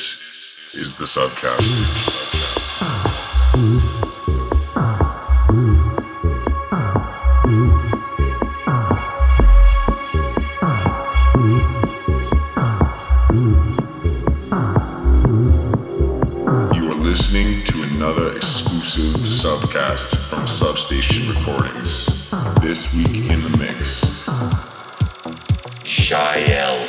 This is the subcast. You are listening to another exclusive subcast from Substation Recordings. This week in the mix. Shael.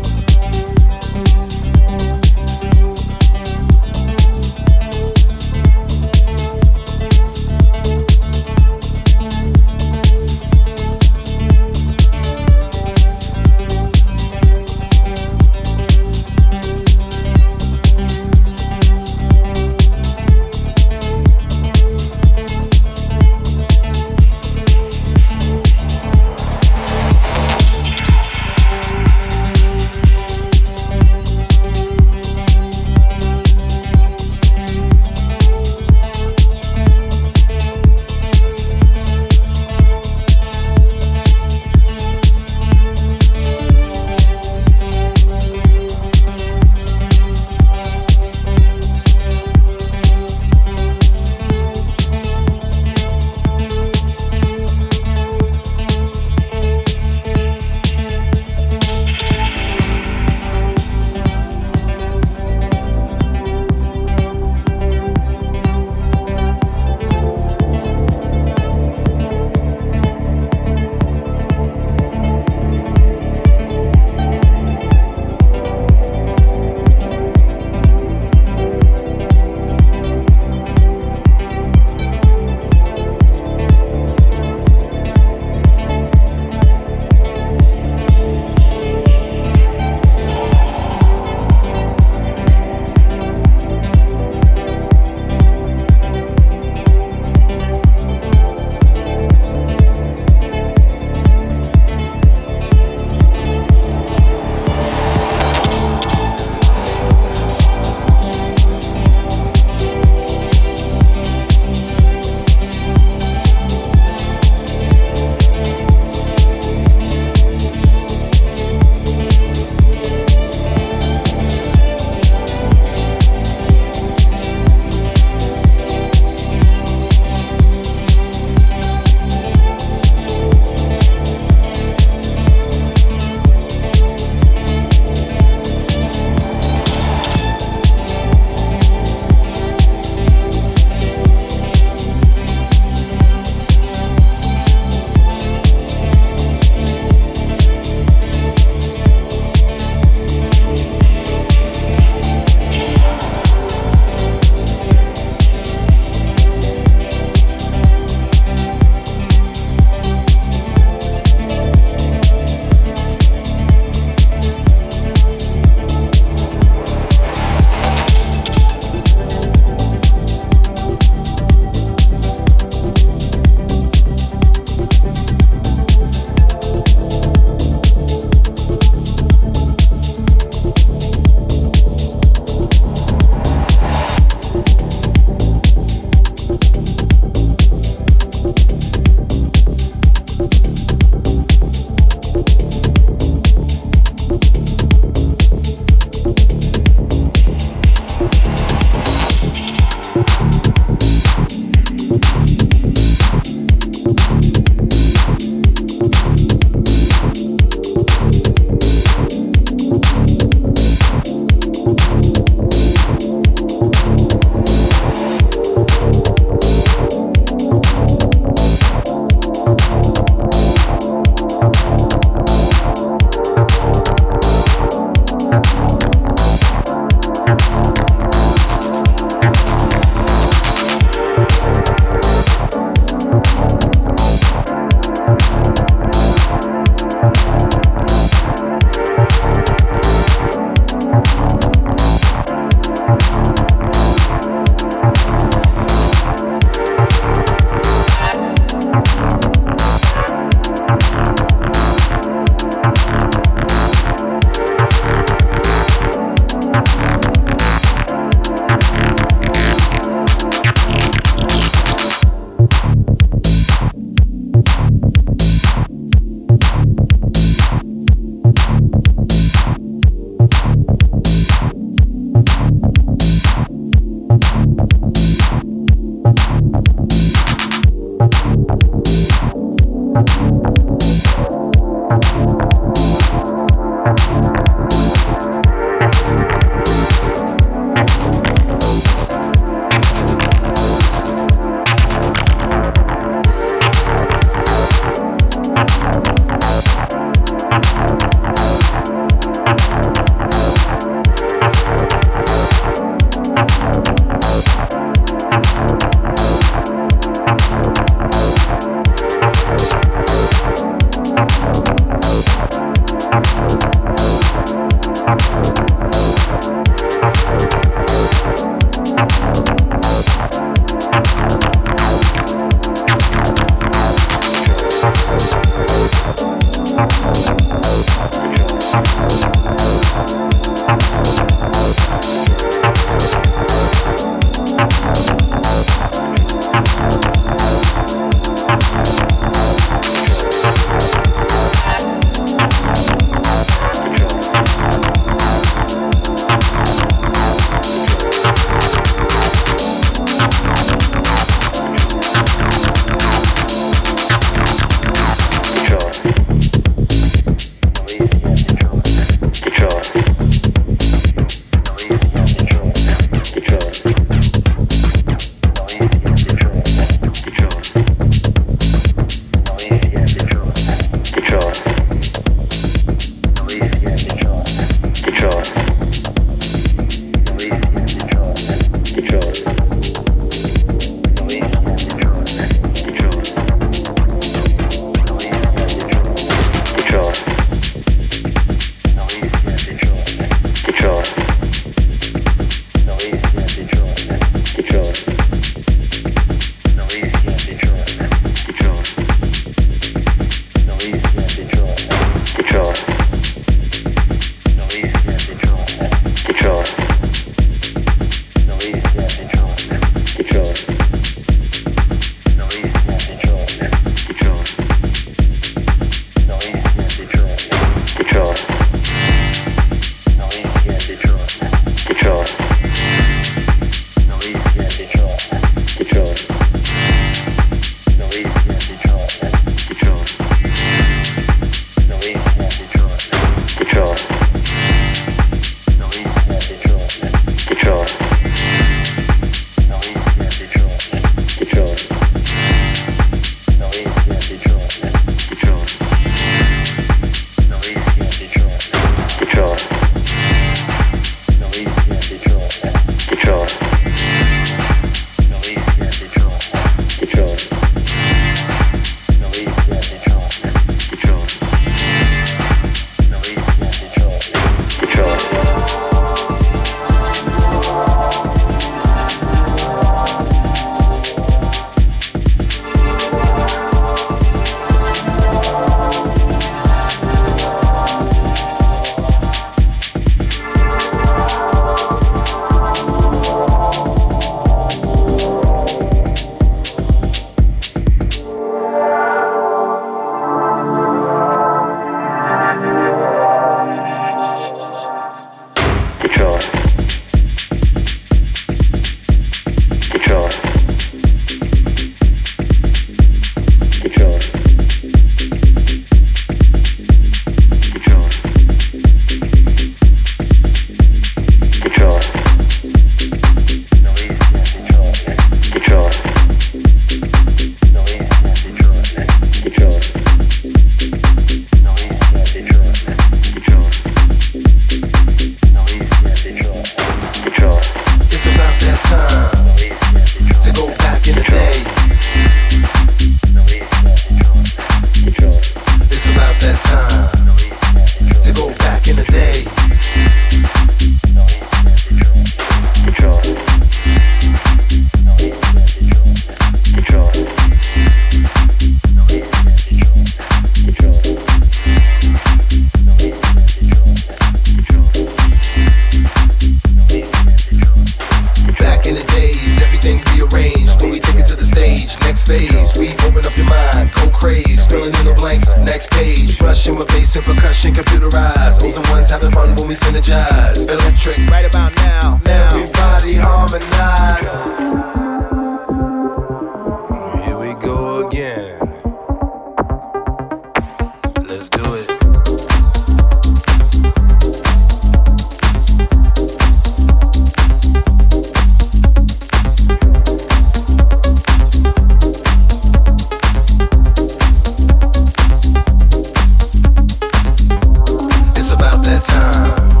It's about that time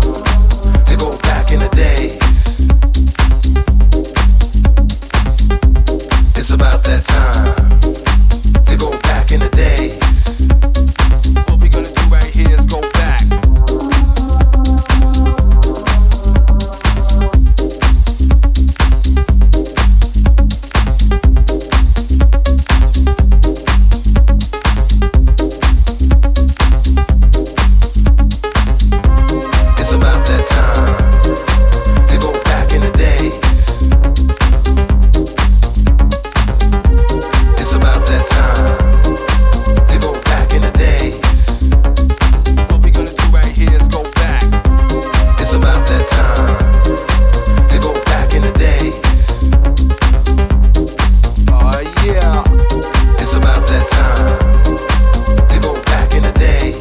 to go back in the day. Oh,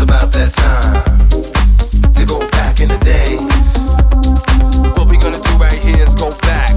about that time to go back in the days. What we're gonna do right here is go back.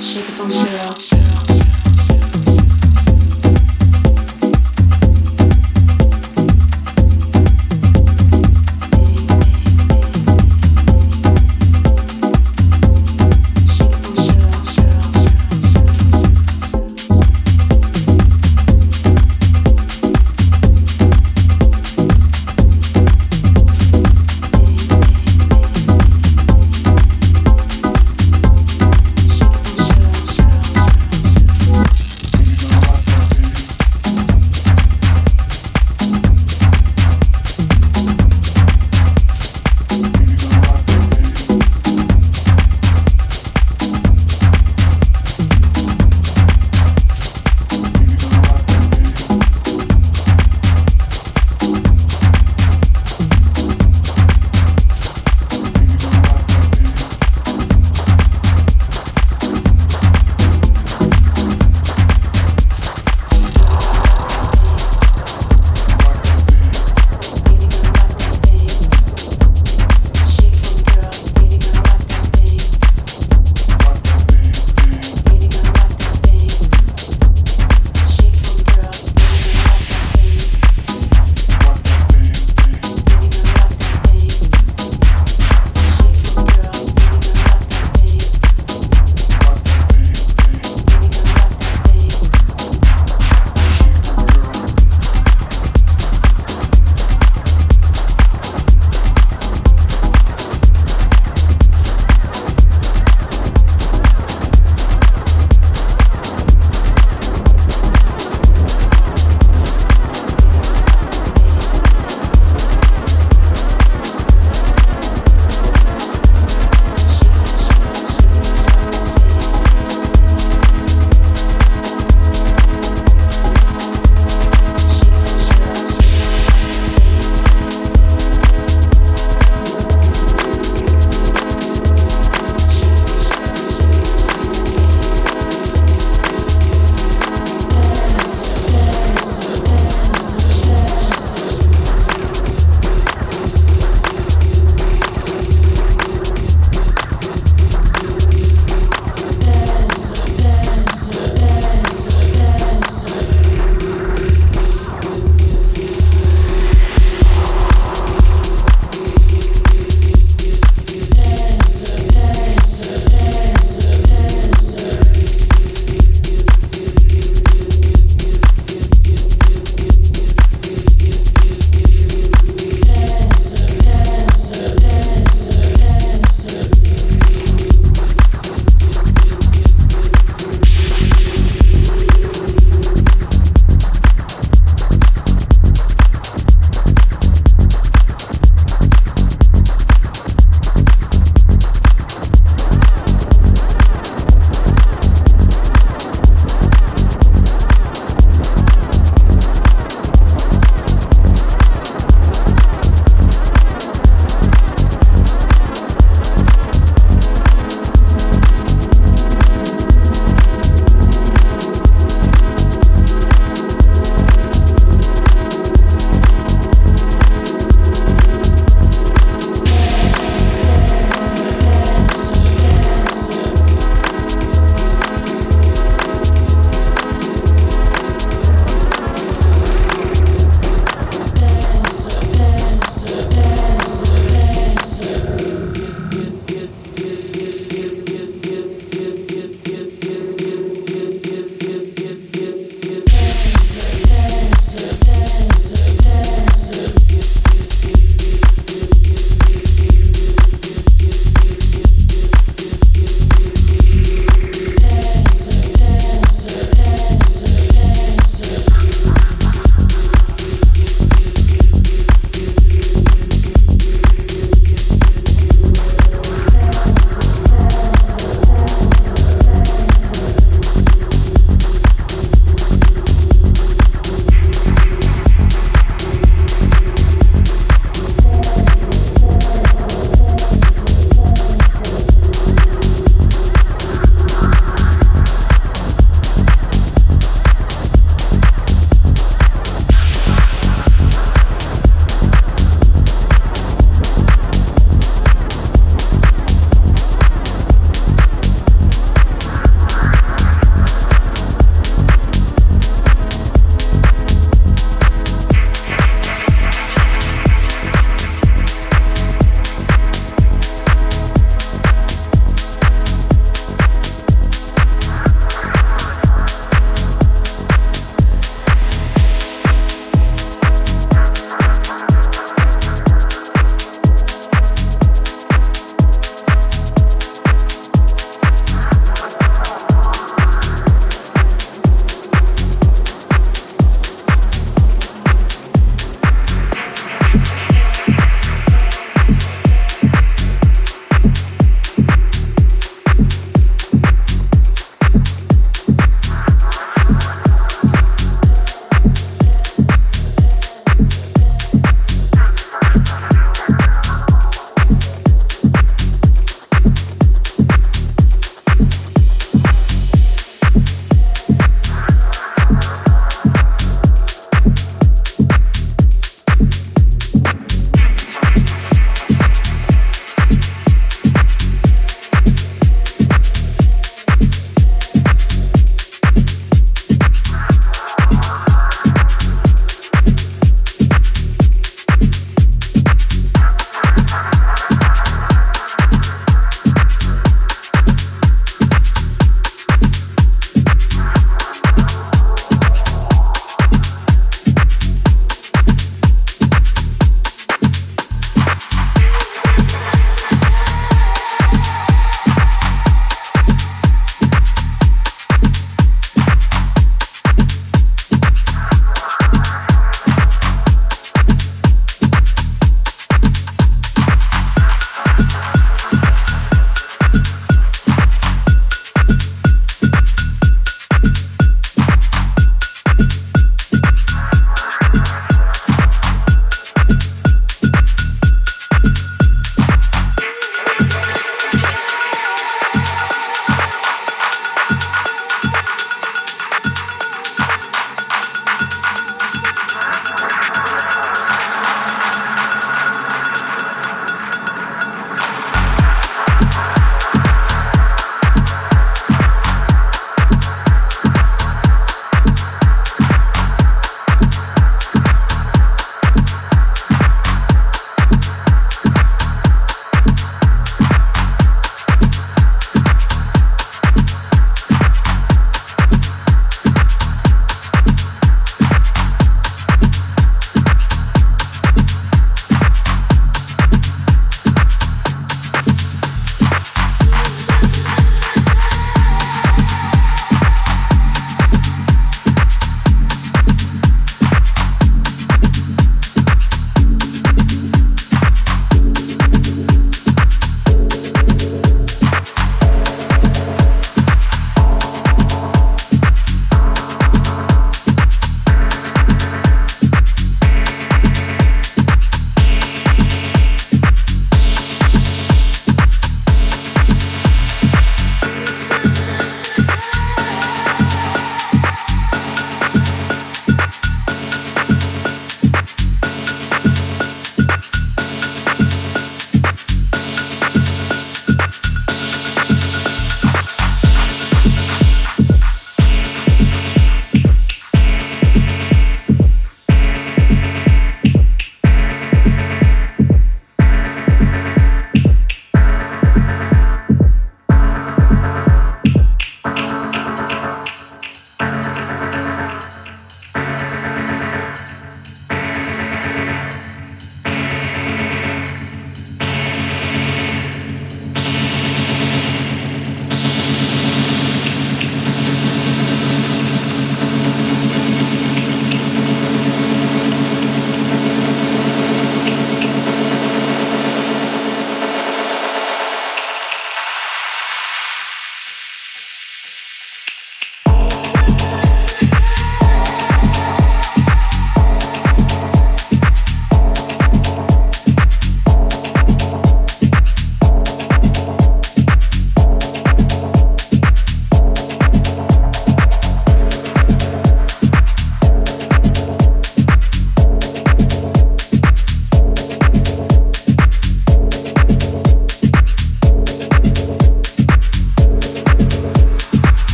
Shake it for my girl.